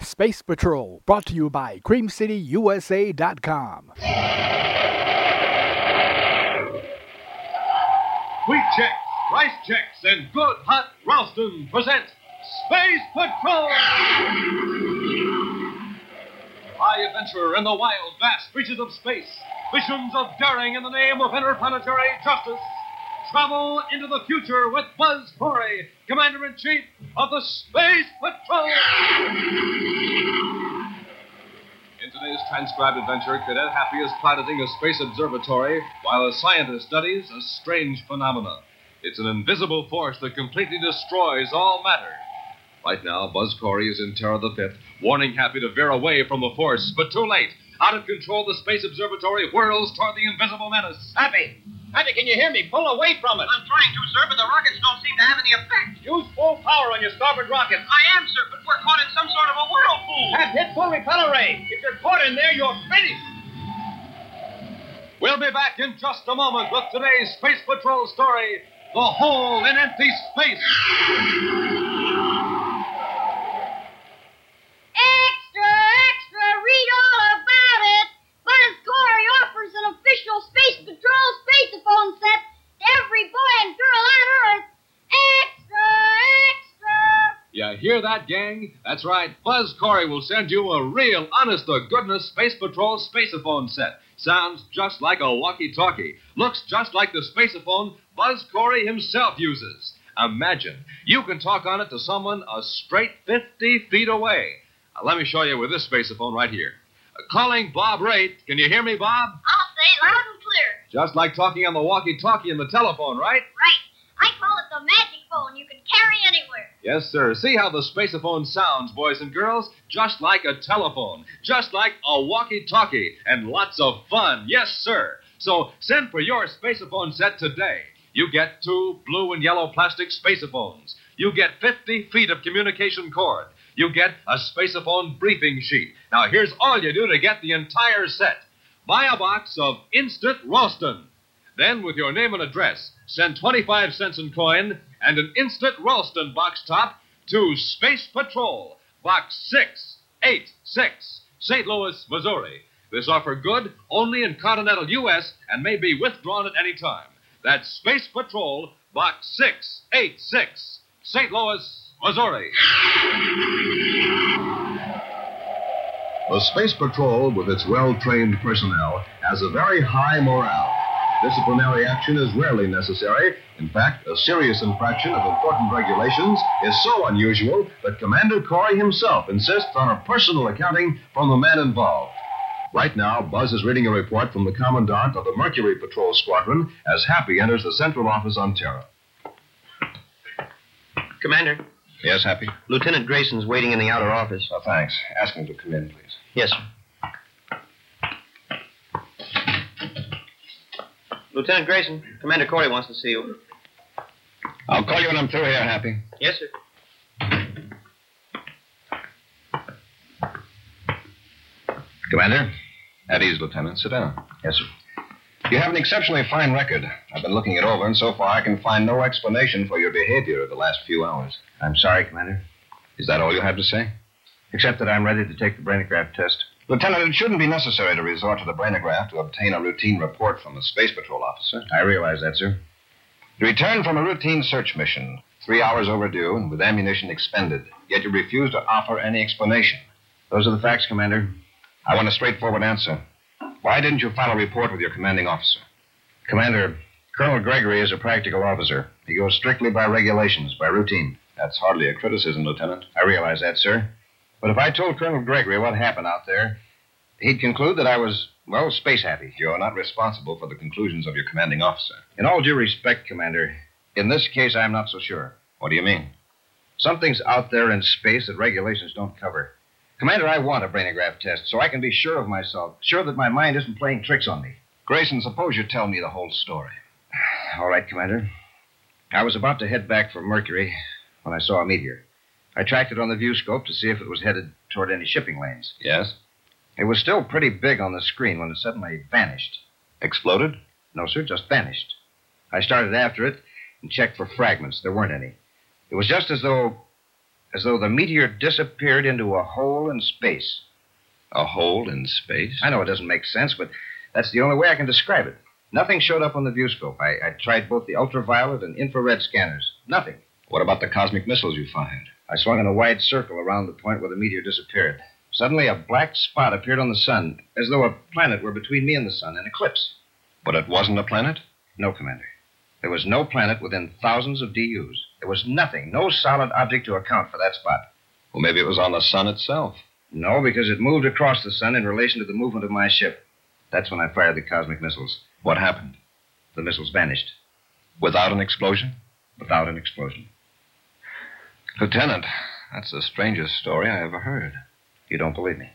Space Patrol, brought to you by CreamCityUSA.com. Wheat checks, rice checks, and good hot Ralston presents Space Patrol! High adventure in the wild, vast reaches of space. Missions of daring in the name of interplanetary justice. Travel into the future with Buzz Corey, Commander in Chief of the Space Patrol! In today's transcribed adventure, Cadet Happy is piloting a space observatory while a scientist studies a strange phenomenon. It's an invisible force that completely destroys all matter. Right now, Buzz Corey is in Terra the Fifth, warning Happy to veer away from the force, but too late. Out of control, the space observatory whirls toward the invisible menace. Happy! Happy, can you hear me? Pull away from it. I'm trying to, sir, but the rockets don't seem to have any effect. Use full power on your starboard rocket. I am, sir, but we're caught in some sort of a whirlpool. Have hit full repeller ray. If you're caught in there, you're finished. We'll be back in just a moment with today's Space Patrol story The Hole in Empty Space. Extra, extra, read all about it. Buzz Corey offers an official Space Patrol spaceophone set to every boy and girl on Earth. Extra, extra. You hear that, gang? That's right. Buzz Corey will send you a real, honest to goodness Space Patrol spaceophone set. Sounds just like a walkie talkie. Looks just like the spaceophone Buzz Corey himself uses. Imagine, you can talk on it to someone a straight 50 feet away. Now, let me show you with this spaceophone right here. Uh, calling Bob Raitt. Can you hear me, Bob? I'll say loud and clear. Just like talking on the walkie talkie and the telephone, right? Right. I call it the magic phone you can carry anywhere. Yes, sir. See how the spaceophone sounds, boys and girls? Just like a telephone, just like a walkie talkie, and lots of fun. Yes, sir. So send for your spaceophone set today. You get two blue and yellow plastic spaceophones. You get 50 feet of communication cord. You get a spaceophone briefing sheet. Now, here's all you do to get the entire set buy a box of Instant Ralston. Then, with your name and address, send 25 cents in coin and an instant Ralston box top to Space Patrol, Box 686, St. Louis, Missouri. This offer good only in continental U.S. and may be withdrawn at any time. That's Space Patrol, Box 686, St. Louis, Missouri. The Space Patrol, with its well trained personnel, has a very high morale. Disciplinary action is rarely necessary. In fact, a serious infraction of important regulations is so unusual that Commander Corey himself insists on a personal accounting from the men involved. Right now, Buzz is reading a report from the Commandant of the Mercury Patrol Squadron as Happy enters the central office on Terra. Commander, Yes, Happy? Lieutenant Grayson's waiting in the outer office. Oh, Uh, thanks. Ask him to come in, please. Yes, sir. Lieutenant Grayson, Commander Corey wants to see you. I'll call you when I'm through here, Happy. Yes, sir. Commander? At ease, Lieutenant. Sit down. Yes, sir. You have an exceptionally fine record. I've been looking it over, and so far I can find no explanation for your behavior of the last few hours. I'm sorry, Commander. Is that all you have to say? Except that I'm ready to take the brainograph test. Lieutenant, it shouldn't be necessary to resort to the brainograph to obtain a routine report from the Space Patrol officer. I realize that, sir. You returned from a routine search mission, three hours overdue and with ammunition expended, yet you refuse to offer any explanation. Those are the facts, Commander. I want a straightforward answer. Why didn't you file a report with your commanding officer? Commander, Colonel Gregory is a practical officer. He goes strictly by regulations, by routine. That's hardly a criticism, Lieutenant. I realize that, sir. But if I told Colonel Gregory what happened out there, he'd conclude that I was, well, space happy. You're not responsible for the conclusions of your commanding officer. In all due respect, Commander, in this case, I'm not so sure. What do you mean? Something's out there in space that regulations don't cover. Commander, I want a brainograph test so I can be sure of myself, sure that my mind isn't playing tricks on me. Grayson, suppose you tell me the whole story. All right, Commander. I was about to head back for Mercury when I saw a meteor. I tracked it on the viewscope to see if it was headed toward any shipping lanes. Yes? It was still pretty big on the screen when it suddenly vanished. Exploded? No, sir, just vanished. I started after it and checked for fragments. There weren't any. It was just as though as though the meteor disappeared into a hole in space. A hole in space? I know it doesn't make sense, but that's the only way I can describe it. Nothing showed up on the viewscope. I, I tried both the ultraviolet and infrared scanners. Nothing. What about the cosmic missiles you fired? I swung in a wide circle around the point where the meteor disappeared. Suddenly, a black spot appeared on the sun, as though a planet were between me and the sun, an eclipse. But it wasn't a planet? No, Commander. There was no planet within thousands of DUs. There was nothing, no solid object to account for that spot. Well, maybe it was on the sun itself. No, because it moved across the sun in relation to the movement of my ship. That's when I fired the cosmic missiles. What happened? The missiles vanished Without an explosion? without an explosion. Lieutenant, that's the strangest story I ever heard. You don't believe me.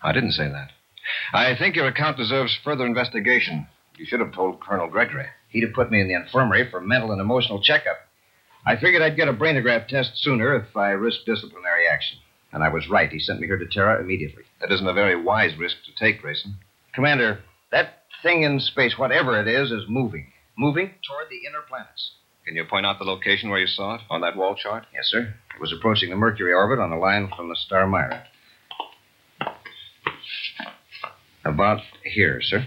I didn't say that. I think your account deserves further investigation. You should have told Colonel Gregory. He'd have put me in the infirmary for mental and emotional checkup. I figured I'd get a brainograph test sooner if I risked disciplinary action. And I was right. He sent me here to Terra immediately. That isn't a very wise risk to take, Grayson. Commander, that thing in space, whatever it is, is moving. Moving toward the inner planets. Can you point out the location where you saw it on that wall chart? Yes, sir. It was approaching the Mercury orbit on a line from the star Myra. About here, sir.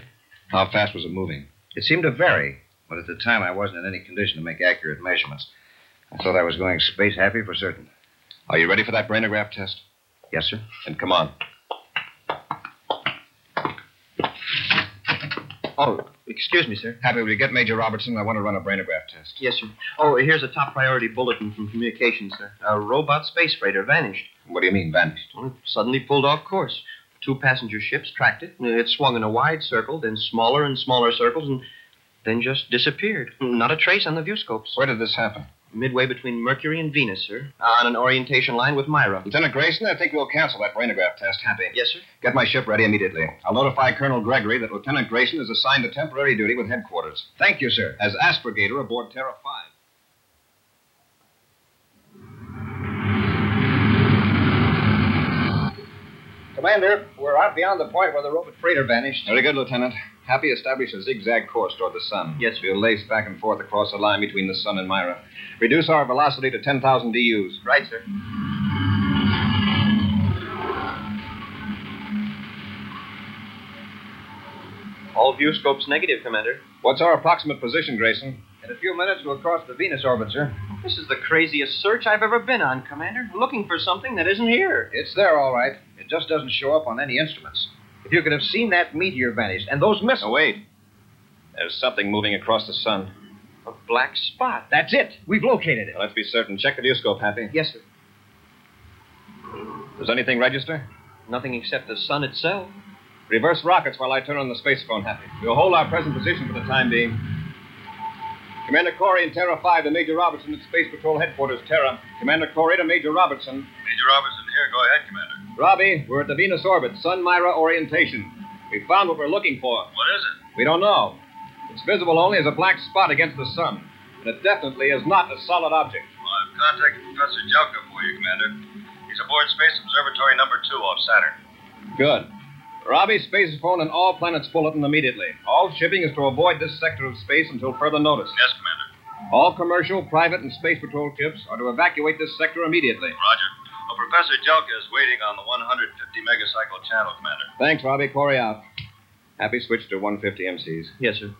How fast was it moving? It seemed to vary, but at the time I wasn't in any condition to make accurate measurements. I thought I was going space happy for certain. Are you ready for that brainograph test? Yes, sir. And come on. Oh, excuse me, sir. Happy we get Major Robertson. I want to run a brainograph test. Yes, sir. Oh, here's a top priority bulletin from communications, sir. A robot space freighter vanished. What do you mean, vanished? Well, it suddenly pulled off course. Two passenger ships tracked it. and It swung in a wide circle, then smaller and smaller circles, and then just disappeared. Not a trace on the viewscopes. Where did this happen? Midway between Mercury and Venus, sir. On an orientation line with Myra. Lieutenant Grayson, I think we'll cancel that brainograph test. Happy. Yes, sir. Get my ship ready immediately. I'll notify Colonel Gregory that Lieutenant Grayson is assigned to temporary duty with headquarters. Thank you, sir. As aspergator aboard Terra 5. Commander, we're out beyond the point where the robot freighter vanished. Very good, Lieutenant. Happy established a zigzag course toward the sun. Yes, sir. We'll lace back and forth across the line between the sun and Myra. Reduce our velocity to 10,000 DUs. Right, sir. All view scopes negative, Commander. What's our approximate position, Grayson? In a few minutes, we'll cross the Venus orbit, sir. This is the craziest search I've ever been on, Commander. Looking for something that isn't here. It's there, all right. It just doesn't show up on any instruments. If you could have seen that meteor vanish and those missiles. Oh, wait. There's something moving across the sun. A black spot. That's it. We've located it. Now, let's be certain. Check the viewscope, Happy. Yes, sir. Does anything register? Nothing except the sun itself. Reverse rockets while I turn on the space phone, Happy. We'll hold our present position for the time being. Commander Corey and Terra 5 to Major Robertson at Space Patrol Headquarters, Terra. Commander Corey to Major Robertson. Major Robertson here. Go ahead, Commander. Robbie, we're at the Venus orbit, Sun Myra orientation. We found what we're looking for. What is it? We don't know. It's visible only as a black spot against the sun, and it definitely is not a solid object. Well, I've contacted Professor Jelka for you, Commander. He's aboard Space Observatory number two off Saturn. Good. Robbie, space phone and all planets bulletin immediately. All shipping is to avoid this sector of space until further notice. Yes, Commander. All commercial, private, and space patrol ships are to evacuate this sector immediately. Roger. Well, Professor Jelka is waiting on the 150 megacycle channel, Commander. Thanks, Robbie. Corey out. Happy switch to 150 MCs. Yes, sir.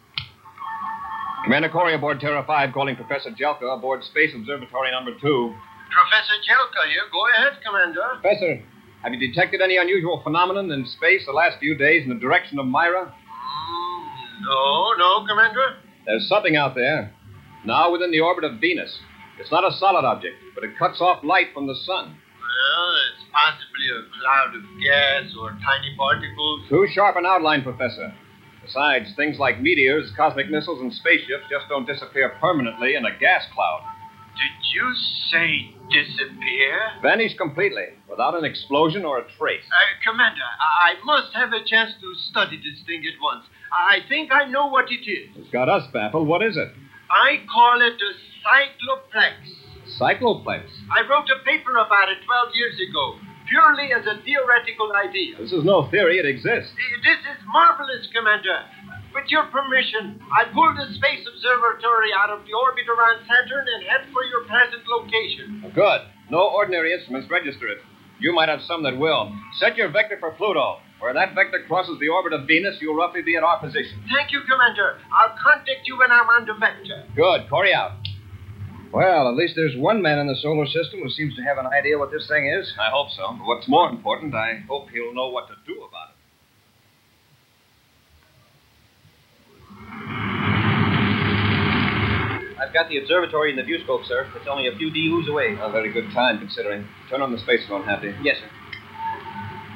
Commander Corey aboard Terra 5 calling Professor Jelka aboard Space Observatory number 2. Professor Jelka here. Go ahead, Commander. Professor, have you detected any unusual phenomenon in space the last few days in the direction of Myra? Mm, no, no, Commander. There's something out there, now within the orbit of Venus. It's not a solid object, but it cuts off light from the sun. Well, it's possibly a cloud of gas or tiny particles. Too sharp an outline, Professor. Besides, things like meteors, cosmic missiles, and spaceships just don't disappear permanently in a gas cloud. Did you say disappear? Vanished completely, without an explosion or a trace. Uh, Commander, I I must have a chance to study this thing at once. I think I know what it is. It's got us baffled. What is it? I call it a cycloplex. Cycloplex. I wrote a paper about it 12 years ago, purely as a theoretical idea. This is no theory, it exists. This is marvelous, Commander. With your permission, I pulled the Space Observatory out of the orbit around Saturn and head for your present location. Good. No ordinary instruments register it. You might have some that will. Set your vector for Pluto. Where that vector crosses the orbit of Venus, you'll roughly be at our position. Thank you, Commander. I'll contact you when I'm on the vector. Good. Corey out. Well, at least there's one man in the solar system who seems to have an idea what this thing is. I hope so. But what's more important, I hope he'll know what to do about it. I've got the observatory in the viewscope, sir. It's only a few DUs away. A very good time, considering. Turn on the space phone, Happy. Yes, sir.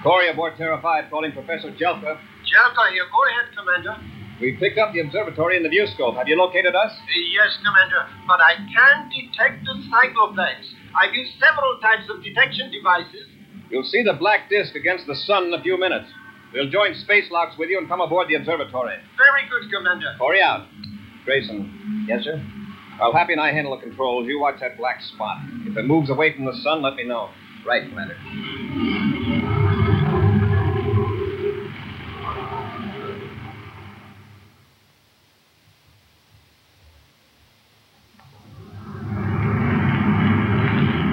Corey aboard Terra 5 calling Professor Jelka. Jelka here. Go ahead, Commander. We picked up the observatory in the viewscope. Have you located us? Uh, Yes, Commander, but I can detect the cycloplanes. I've used several types of detection devices. You'll see the black disk against the sun in a few minutes. We'll join space locks with you and come aboard the observatory. Very good, Commander. Corey out. Grayson. Yes, sir? Well, Happy and I handle the controls. You watch that black spot. If it moves away from the sun, let me know. Right, Commander.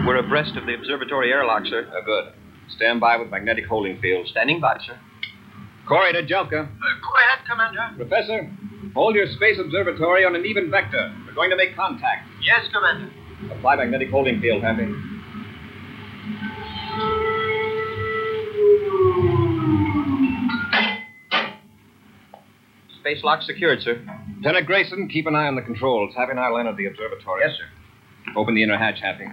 We're abreast of the observatory airlock, sir. Uh, good. Stand by with magnetic holding fields. Standing by, sir. Corey to Jelka. Uh, go ahead, Commander. Professor, hold your space observatory on an even vector. We're going to make contact. Yes, Commander. Apply magnetic holding field, Happy. Space lock secured, sir. Lieutenant Grayson, keep an eye on the controls. Happy and I will enter the observatory. Yes, sir. Open the inner hatch, Happy.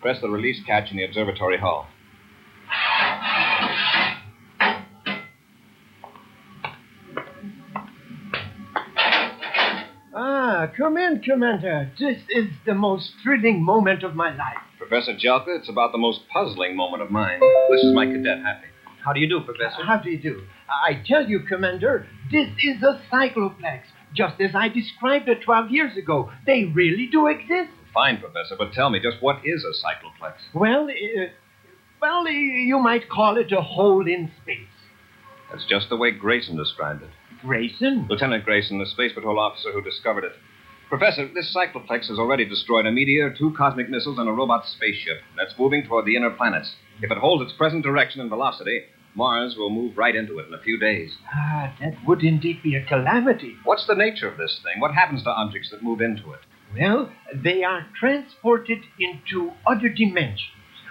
Press the release catch in the observatory hull. Ah, come in, Commander. This is the most thrilling moment of my life. Professor Jelka, it's about the most puzzling moment of mine. This is my cadet, Happy. How do you do, Professor? How do you do? I tell you, Commander, this is a cycloplex, just as I described it 12 years ago. They really do exist. Fine, Professor, but tell me, just what is a cycloplex? Well, uh, well, uh, you might call it a hole in space. That's just the way Grayson described it. Grayson? Lieutenant Grayson, the Space Patrol officer who discovered it. Professor, this cycloplex has already destroyed a meteor, two cosmic missiles, and a robot spaceship that's moving toward the inner planets. If it holds its present direction and velocity, Mars will move right into it in a few days. Ah, that would indeed be a calamity. What's the nature of this thing? What happens to objects that move into it? Well, they are transported into other dimensions,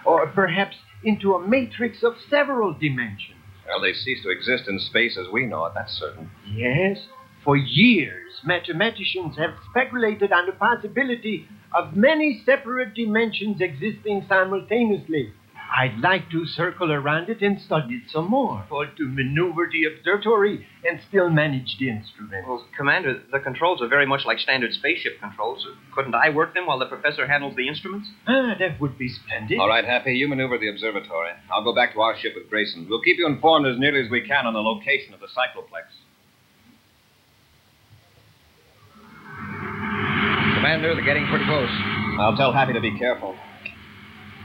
or perhaps into a matrix of several dimensions. Well, they cease to exist in space as we know it, that's certain. Yes, for years, mathematicians have speculated on the possibility of many separate dimensions existing simultaneously. I'd like to circle around it and study it some more, or to maneuver the observatory and still manage the instrument. Well, Commander, the controls are very much like standard spaceship controls. Couldn't I work them while the Professor handles the instruments? Ah, that would be splendid. All right, Happy, you maneuver the observatory. I'll go back to our ship with Grayson. We'll keep you informed as nearly as we can on the location of the cycloplex. Commander, they're getting pretty close. I'll tell Happy to be careful.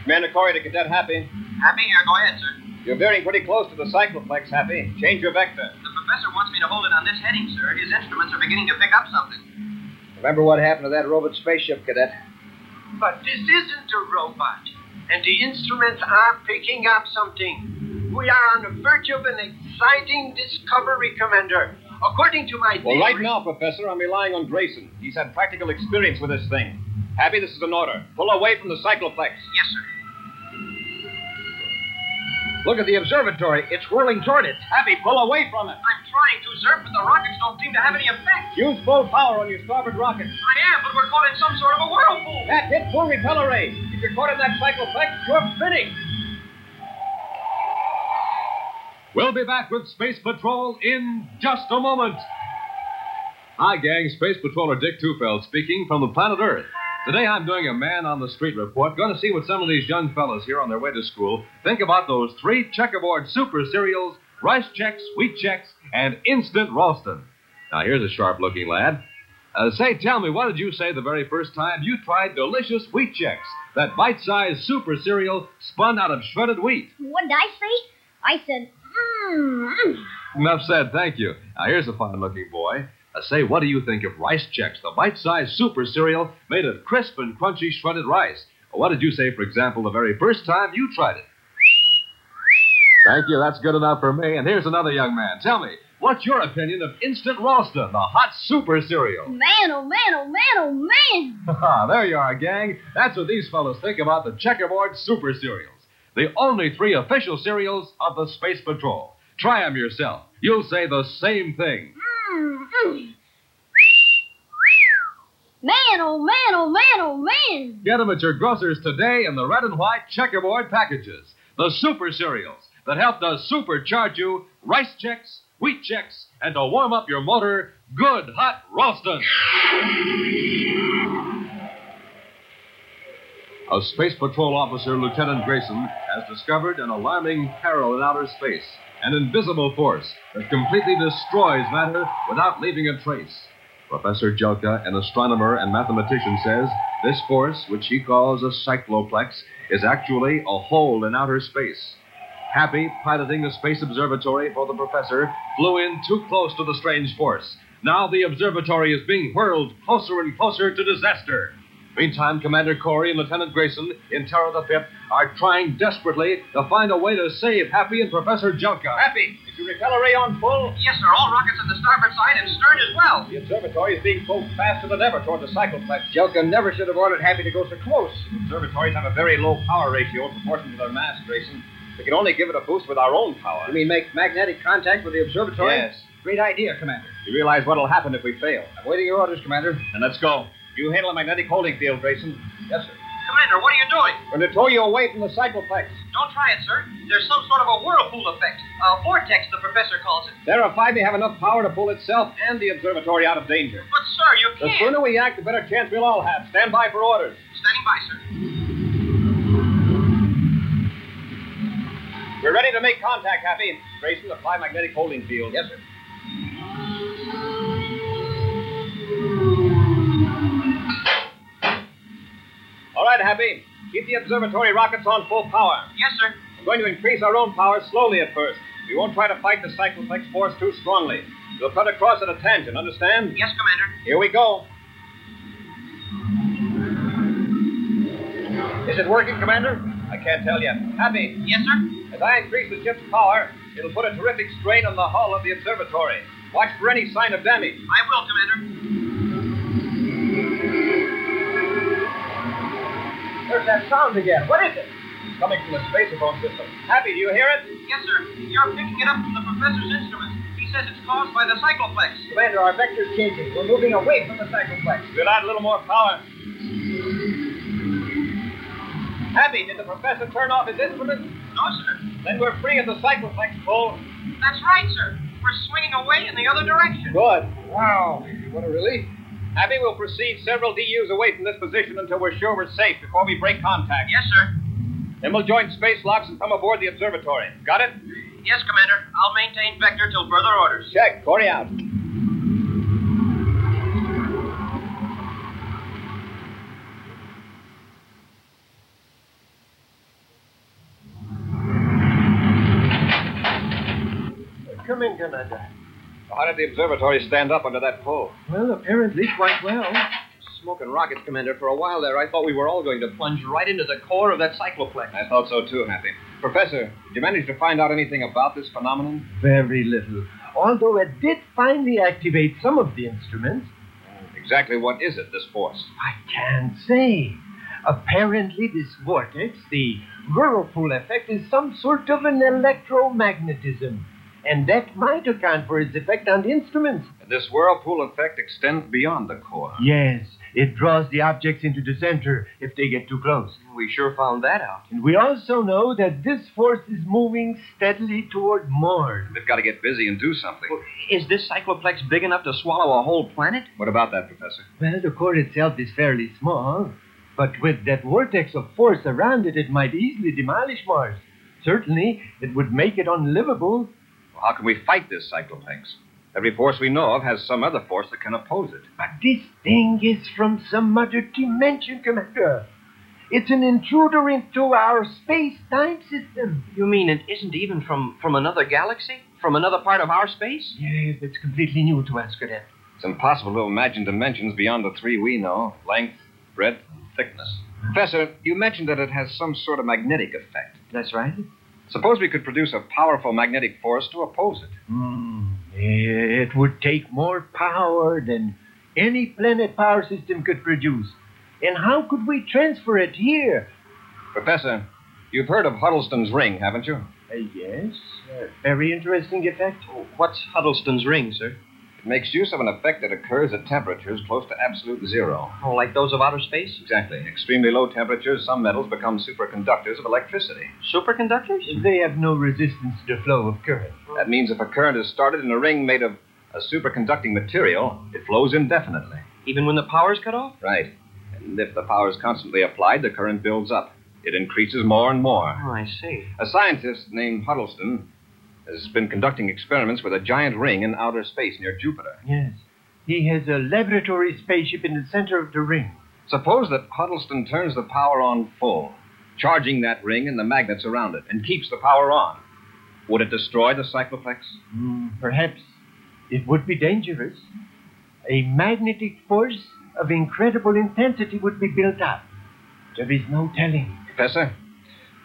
Commander Corey to Cadet Happy. Happy? Yeah, go ahead, sir. You're veering pretty close to the cycloplex, Happy. Change your vector. The professor wants me to hold it on this heading, sir. His instruments are beginning to pick up something. Remember what happened to that robot spaceship, Cadet? But this isn't a robot, and the instruments are picking up something. We are on the verge of an exciting discovery, Commander. According to my Well, right theory- now, Professor, I'm relying on Grayson. He's had practical experience with this thing. Happy, this is an order. Pull away from the cycloplex. Yes, sir. Look at the observatory. It's whirling toward it. Happy, pull away from it. I'm trying to, sir, but the rockets don't seem to have any effect. Use full power on your starboard rocket. I am, but we're caught in some sort of a whirlpool. That hit full repeller ray. If you're caught in that cycloplex, you're finished. We'll be back with Space Patrol in just a moment. Hi, gang. Space Patroller Dick Tufeld speaking from the planet Earth. Today I'm doing a man on the street report. Going to see what some of these young fellas here on their way to school think about those three checkerboard super cereals rice checks, wheat checks, and instant Ralston. Now, here's a sharp looking lad. Uh, say, tell me, what did you say the very first time you tried delicious wheat checks? That bite sized super cereal spun out of shredded wheat. What did I say? I said, hmm. mmm. Enough said, thank you. Now, here's a fine looking boy. Uh, say, what do you think of Rice Chex, the bite-sized super cereal made of crisp and crunchy shredded rice? Uh, What did you say, for example, the very first time you tried it? Thank you. That's good enough for me. And here's another young man. Tell me, what's your opinion of Instant Ralston, the hot super cereal? Man, oh man, oh man, oh man. Ah, there you are, gang. That's what these fellows think about the checkerboard super cereals. The only three official cereals of the Space Patrol. Try 'em yourself. You'll say the same thing. Mm, mm. Man, oh man, oh man, oh man. Get 'em at your grocer's today in the red and white checkerboard packages. The super cereals that help to supercharge you rice checks, wheat checks, and to warm up your motor, good hot Ralston. A Space Patrol officer, Lieutenant Grayson, has discovered an alarming peril in outer space, an invisible force that completely destroys matter without leaving a trace. Professor Jelka, an astronomer and mathematician, says this force, which he calls a cycloplex, is actually a hole in outer space. Happy, piloting the space observatory for the professor, flew in too close to the strange force. Now the observatory is being whirled closer and closer to disaster. Meantime, Commander Corey and Lieutenant Grayson, in Terror the Fifth, are trying desperately to find a way to save Happy and Professor Junka. Happy, is your repeller ray on full? Yes, sir. All rockets on the starboard side and stern as well. The observatory is being pulled faster than ever toward the cycloplex. Jelka never should have ordered Happy to go so close. Observatories have a very low power ratio in proportion to their mass, Grayson. We can only give it a boost with our own power. You mean make magnetic contact with the observatory? Yes. Great idea, Commander. You realize what'll happen if we fail. I'm waiting your orders, Commander. And let's go. You handle the magnetic holding field, Grayson. Yes, sir. Commander, what are you doing? We're going to tow you away from the cycloplex. Don't try it, sir. There's some sort of a whirlpool effect. A vortex, the professor calls it. Verify may have enough power to pull itself and the observatory out of danger. But, sir, you The can't. sooner we act, the better chance we'll all have. Stand by for orders. Standing by, sir. We're ready to make contact, Happy. Grayson, apply magnetic holding field. Yes, sir. All right, Happy. Keep the observatory rockets on full power. Yes, sir. We're going to increase our own power slowly at first. We won't try to fight the cycloplex force too strongly. We'll cut across at a tangent, understand? Yes, Commander. Here we go. Is it working, Commander? I can't tell yet. Happy, Yes, sir. as I increase the ship's power, it'll put a terrific strain on the hull of the observatory. Watch for any sign of damage. I will, Commander. There's that sound again. What is it? It's coming from the spacephone system. Happy, do you hear it? Yes, sir. You're picking it up from the professor's instruments. He says it's caused by the cycloplex. Commander, our vector's changing. We're moving away from the cycloplex. We'll add a little more power. Happy, did the professor turn off his instruments? No, sir. Then we're free of the cycloplex, Bull. That's right, sir. We're swinging away in the other direction. Good. Wow, what a relief. Happy, we'll proceed several DUs away from this position until we're sure we're safe before we break contact. Yes, sir. Then we'll join space locks and come aboard the observatory. Got it? Yes, Commander. I'll maintain Vector till further orders. Check. Corey out. Come in, Commander. How did the observatory stand up under that pull? Well, apparently quite well. Smoking rockets, Commander. For a while there, I thought we were all going to plunge right into the core of that cycloplex. I thought so too, Happy. Professor, did you manage to find out anything about this phenomenon? Very little. Although it did finally activate some of the instruments, Exactly what is it, this force? I can't say. Apparently, this vortex, the whirlpool effect, is some sort of an electromagnetism. And that might account for its effect on the instruments. And this whirlpool effect extends beyond the core. Yes, it draws the objects into the center if they get too close. We sure found that out. And we also know that this force is moving steadily toward Mars. They've got to get busy and do something. Is this cycloplex big enough to swallow a whole planet? What about that, Professor? Well, the core itself is fairly small, but with that vortex of force around it, it might easily demolish Mars. Certainly, it would make it unlivable. Well, how can we fight this cycloplex? Every force we know of has some other force that can oppose it. But this thing is from some other dimension, Commander. It's an intruder into our space-time system. You mean it isn't even from, from another galaxy? From another part of our space? Yes, it's completely new to us, Cadet. It's impossible to imagine dimensions beyond the three we know length, breadth, thickness. Professor, you mentioned that it has some sort of magnetic effect. That's right. Suppose we could produce a powerful magnetic force to oppose it. It would take more power than any planet power system could produce. And how could we transfer it here? Professor, you've heard of Huddleston's ring, haven't you? Uh, yes, uh, very interesting effect. Oh, What's Huddleston's ring, sir? It makes use of an effect that occurs at temperatures close to absolute zero. Oh, like those of outer space? Exactly. Extremely low temperatures, some metals become superconductors of electricity. Superconductors? Uh, They have no resistance to flow of current. That means if a current is started in a ring made of a superconducting material, it flows indefinitely. Even when the power's cut off? Right. And if the power is constantly applied, the current builds up. It increases more and more. Oh, I see. A scientist named Huddleston has been conducting experiments with a giant ring in outer space near Jupiter. Yes. He has a laboratory spaceship in the center of the ring. Suppose that Huddleston turns the power on full, charging that ring and the magnets around it, and keeps the power on. Would it destroy the cycloplex? Hmm, perhaps it would be dangerous. A magnetic force of incredible intensity would be built up. There is no telling. Professor,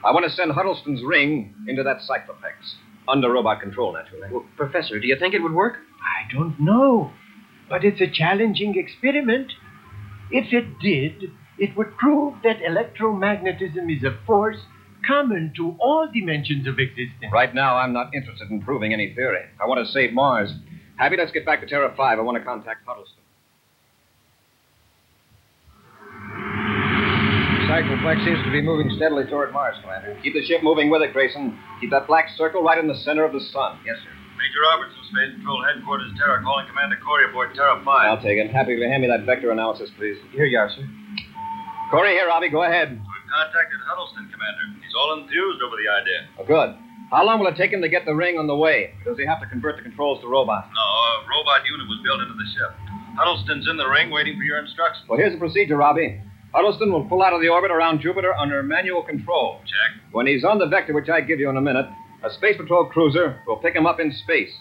I want to send Huddleston's ring into that cycloplex. Under robot control, naturally. Well, professor, do you think it would work? I don't know, but it's a challenging experiment. If it did, it would prove that electromagnetism is a force common to all dimensions of existence. Right now, I'm not interested in proving any theory. I want to save Mars. Happy, let's get back to Terra 5. I want to contact Huddleston. Cycloplex seems to be moving steadily toward Mars, Commander. Keep the ship moving with it, Grayson. Keep that black circle right in the center of the sun. Yes, sir. Major Roberts of Space Patrol Headquarters Terra calling Commander Corey aboard Terra 5. I'll take it. Happy, will you hand me that vector analysis, please? Here you are, sir. Corey, here, Robbie. Go ahead. We've contacted Huddleston, Commander. He's all enthused over the idea. Oh, good. How long will it take him to get the ring on the way? Or does he have to convert the controls to robot? No, a robot unit was built into the ship. Huddleston's in the ring waiting for your instructions. Well, here's the procedure, Robbie. Huddleston will pull out of the orbit around Jupiter under manual control. Check. When he's on the vector, which I give you in a minute, a Space Patrol cruiser will pick him up in space.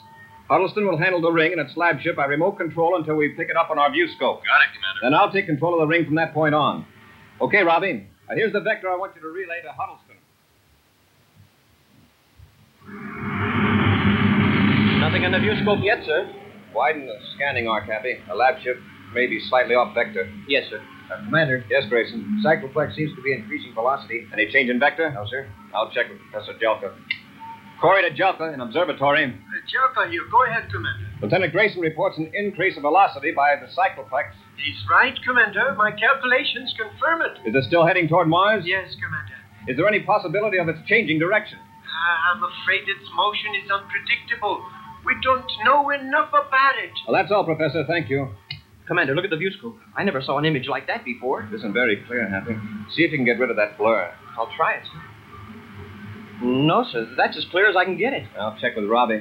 Huddleston will handle the ring and its lab ship by remote control until we pick it up on our view scope. Got it, Commander. Then I'll take control of the ring from that point on. Okay, Robbie. Now here's the vector I want you to relay to Huddleston. Nothing on the viewscope yet, sir. Widen the scanning arc, Happy. The lab ship may be slightly off vector. Yes, sir. Uh, Commander, Yes, Grayson. Cycloplex seems to be increasing velocity. Any change in vector? No, sir. I'll check with Professor Jelka. Corey to Jelka in observatory. Jelka here. Uh, Go ahead, Commander. Lieutenant Grayson reports an increase of velocity by the cycloplex. He's right, Commander. My calculations confirm it. Is it still heading toward Mars? Yes, Commander. Is there any possibility of its changing direction? Ah, I'm afraid its motion is unpredictable. We don't know enough about it. Well, that's all, Professor. Thank you. Commander, look at the viewscope. I never saw an image like that before. This isn't very clear, Happy. See if you can get rid of that blur. I'll try it, sir. No, sir. That's as clear as I can get it. I'll check with Robbie.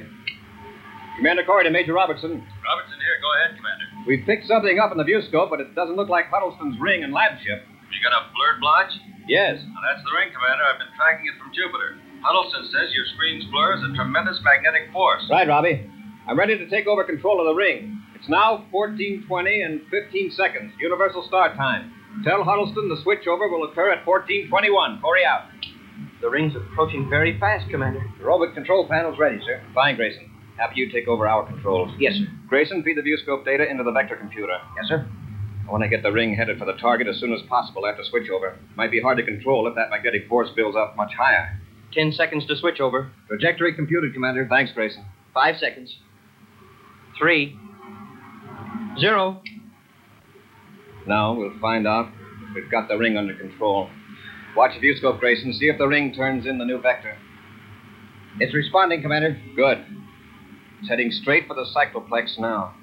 Commander Corey to Major Robertson. Robertson here. Go ahead, Commander. We've picked something up in the viewscope, but it doesn't look like Huddleston's ring and lab ship. You got a blurred blotch? Yes. Now, that's the ring, Commander. I've been tracking it from Jupiter. Huddleston says your screen's blur is a tremendous magnetic force. Right, Robbie. I'm ready to take over control of the ring. It's now 1420 and 15 seconds, universal start time. Tell Huddleston the switchover will occur at 1421. Hurry out. The ring's approaching very fast, Commander. The robot control panel's ready, sir. Fine, Grayson. Happy you take over our controls. Yes, sir. Grayson, feed the viewscope data into the vector computer. Yes, sir. I want to get the ring headed for the target as soon as possible after switchover. Might be hard to control if that magnetic force builds up much higher. Ten seconds to switch over. Trajectory computed, Commander. Thanks, Grayson. Five seconds. Three. Zero. Now we'll find out if we've got the ring under control. Watch the viewscope, Grayson. See if the ring turns in the new vector. It's responding, Commander. Good. It's heading straight for the cycloplex now.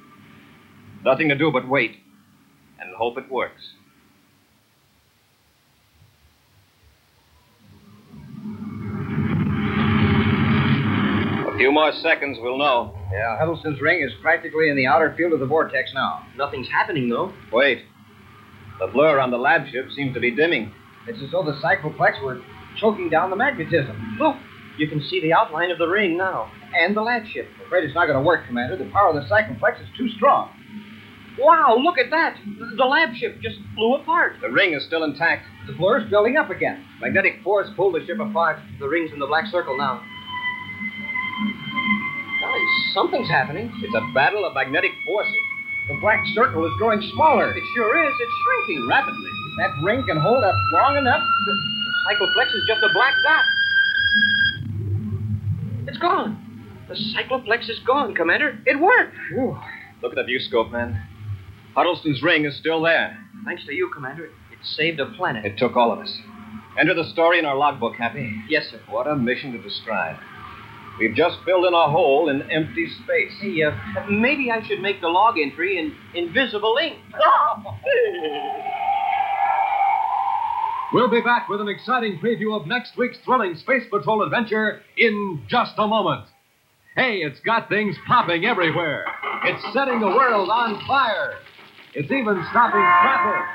Nothing to do but wait and hope it works. A few more seconds, we'll know. Yeah, Huddleston's ring is practically in the outer field of the vortex now. Nothing's happening, though. Wait. The blur on the lab ship seems to be dimming. It's as though the cycloplex were choking down the magnetism. Look, Oh, you can see the outline of the ring now. And the lab ship. I'm afraid it's not going to work, Commander. The power of the cycloplex is too strong. Wow, look at that. The lab ship just flew apart. The ring is still intact. The floor is building up again. Magnetic force pulled the ship apart. The ring's in the black circle now. Golly, something's happening. It's a battle of magnetic forces. The black circle is growing smaller. It sure is. It's shrinking rapidly. That ring can hold up long enough. The, the cycloplex is just a black dot. It's gone. The cycloplex is gone, Commander. It worked. Phew. Look at the view scope, man. Huddleston's ring is still there. Thanks to you, Commander, it saved a planet. It took all of us. Enter the story in our logbook, Happy. yes, sir. What a mission to describe. We've just filled in a hole in empty space. Hey, uh, maybe I should make the log entry in invisible ink. We'll be back with an exciting preview of next week's thrilling Space Patrol adventure in just a moment. Hey, it's got things popping everywhere. It's setting the world on fire. It's even stopping traffic.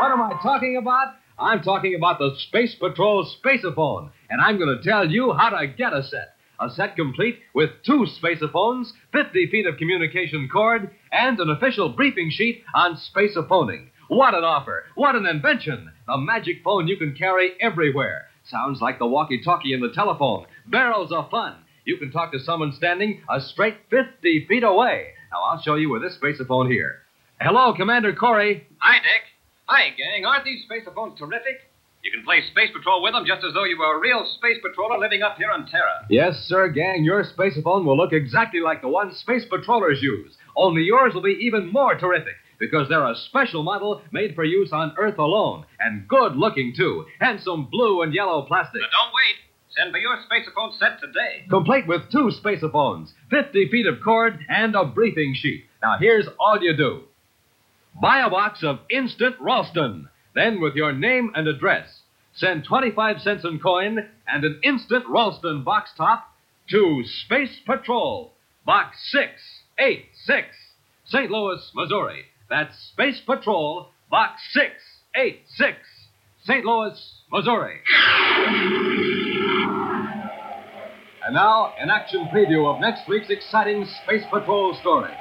What am I talking about? I'm talking about the Space Patrol Spaceophone, and I'm going to tell you how to get a set. A set complete with two spacephones, 50 feet of communication cord, and an official briefing sheet on spacephoning. What an offer! What an invention! A magic phone you can carry everywhere. Sounds like the walkie talkie in the telephone. Barrels of fun. You can talk to someone standing a straight 50 feet away. Now, I'll show you with this spaceophone here. Hello, Commander Corey. Hi, Dick. Hi, gang. Aren't these spacephones terrific? You can play Space Patrol with them just as though you were a real space patroller living up here on Terra. Yes, sir, gang. Your spaceophone will look exactly like the one space patrollers use. Only yours will be even more terrific because they're a special model made for use on Earth alone, and good looking too. Handsome blue and yellow plastic, But don't wait. Send for your spaceophone set today. complete with two spaceophones, 50 feet of cord, and a briefing sheet. Now here's all you do: buy a box of instant Ralston. Then, with your name and address, send 25 cents in coin and an instant Ralston box top to Space Patrol, Box 686, St. Louis, Missouri. That's Space Patrol, Box 686, St. Louis, Missouri. And now, an action preview of next week's exciting Space Patrol story.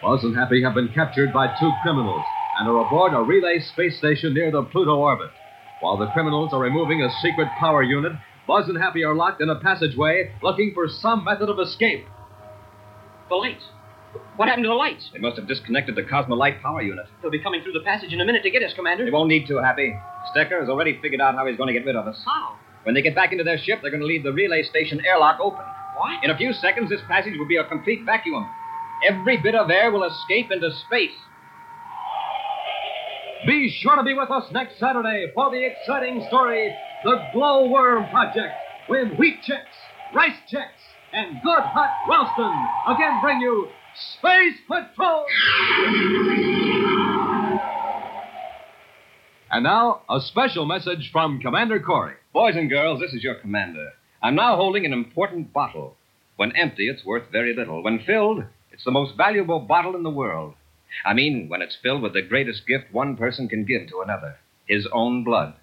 Buzz and Happy have been captured by two criminals and are aboard a relay space station near the Pluto orbit. While the criminals are removing a secret power unit, Buzz and Happy are locked in a passageway looking for some method of escape. the lights. What happened to the lights? They must have disconnected the Cosmolite power unit. They'll be coming through the passage in a minute to get us, Commander. They won't need to, Happy. Stecker has already figured out how he's going to get rid of us. How? When they get back into their ship, they're going to leave the relay station airlock open. What? In a few seconds, this passage will be a complete vacuum. Every bit of air will escape into space. Be sure to be with us next Saturday for the exciting story The Glowworm Project, when wheat checks, rice checks, and good hot Ralston again bring you Space Patrol! And now, a special message from Commander Corey. Boys and girls, this is your commander. I'm now holding an important bottle. When empty, it's worth very little. When filled, it's the most valuable bottle in the world. I mean, when it's filled with the greatest gift one person can give to another his own blood.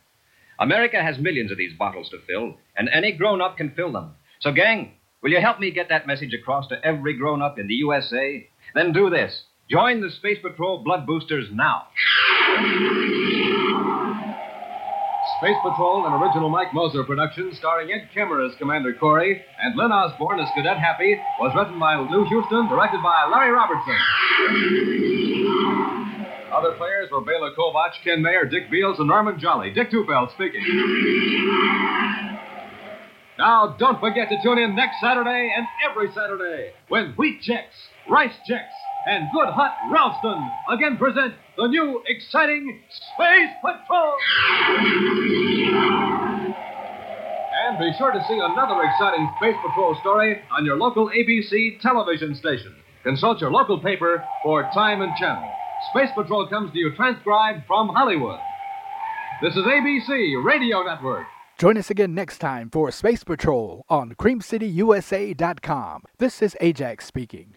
America has millions of these bottles to fill, and any grown up can fill them. So, gang, will you help me get that message across to every grown up in the USA? Then do this join the Space Patrol Blood Boosters now. Space Patrol, an original Mike Moser production starring Ed Kemmer as Commander Corey and Lynn Osborne as Cadet Happy, was written by Lou Houston, directed by Larry Robertson. Other players were Bela Kovach, Ken Mayer, Dick Beals, and Norman Jolly. Dick Tufeld speaking. Now, don't forget to tune in next Saturday and every Saturday when Wheat Checks, Rice Checks, and Good Hot Ralston again present the new exciting Space Patrol. And be sure to see another exciting Space Patrol story on your local ABC television station. Consult your local paper for time and channel. Space Patrol comes to you transcribed from Hollywood. This is ABC Radio Network. Join us again next time for Space Patrol on CreamCityUSA.com. This is Ajax speaking.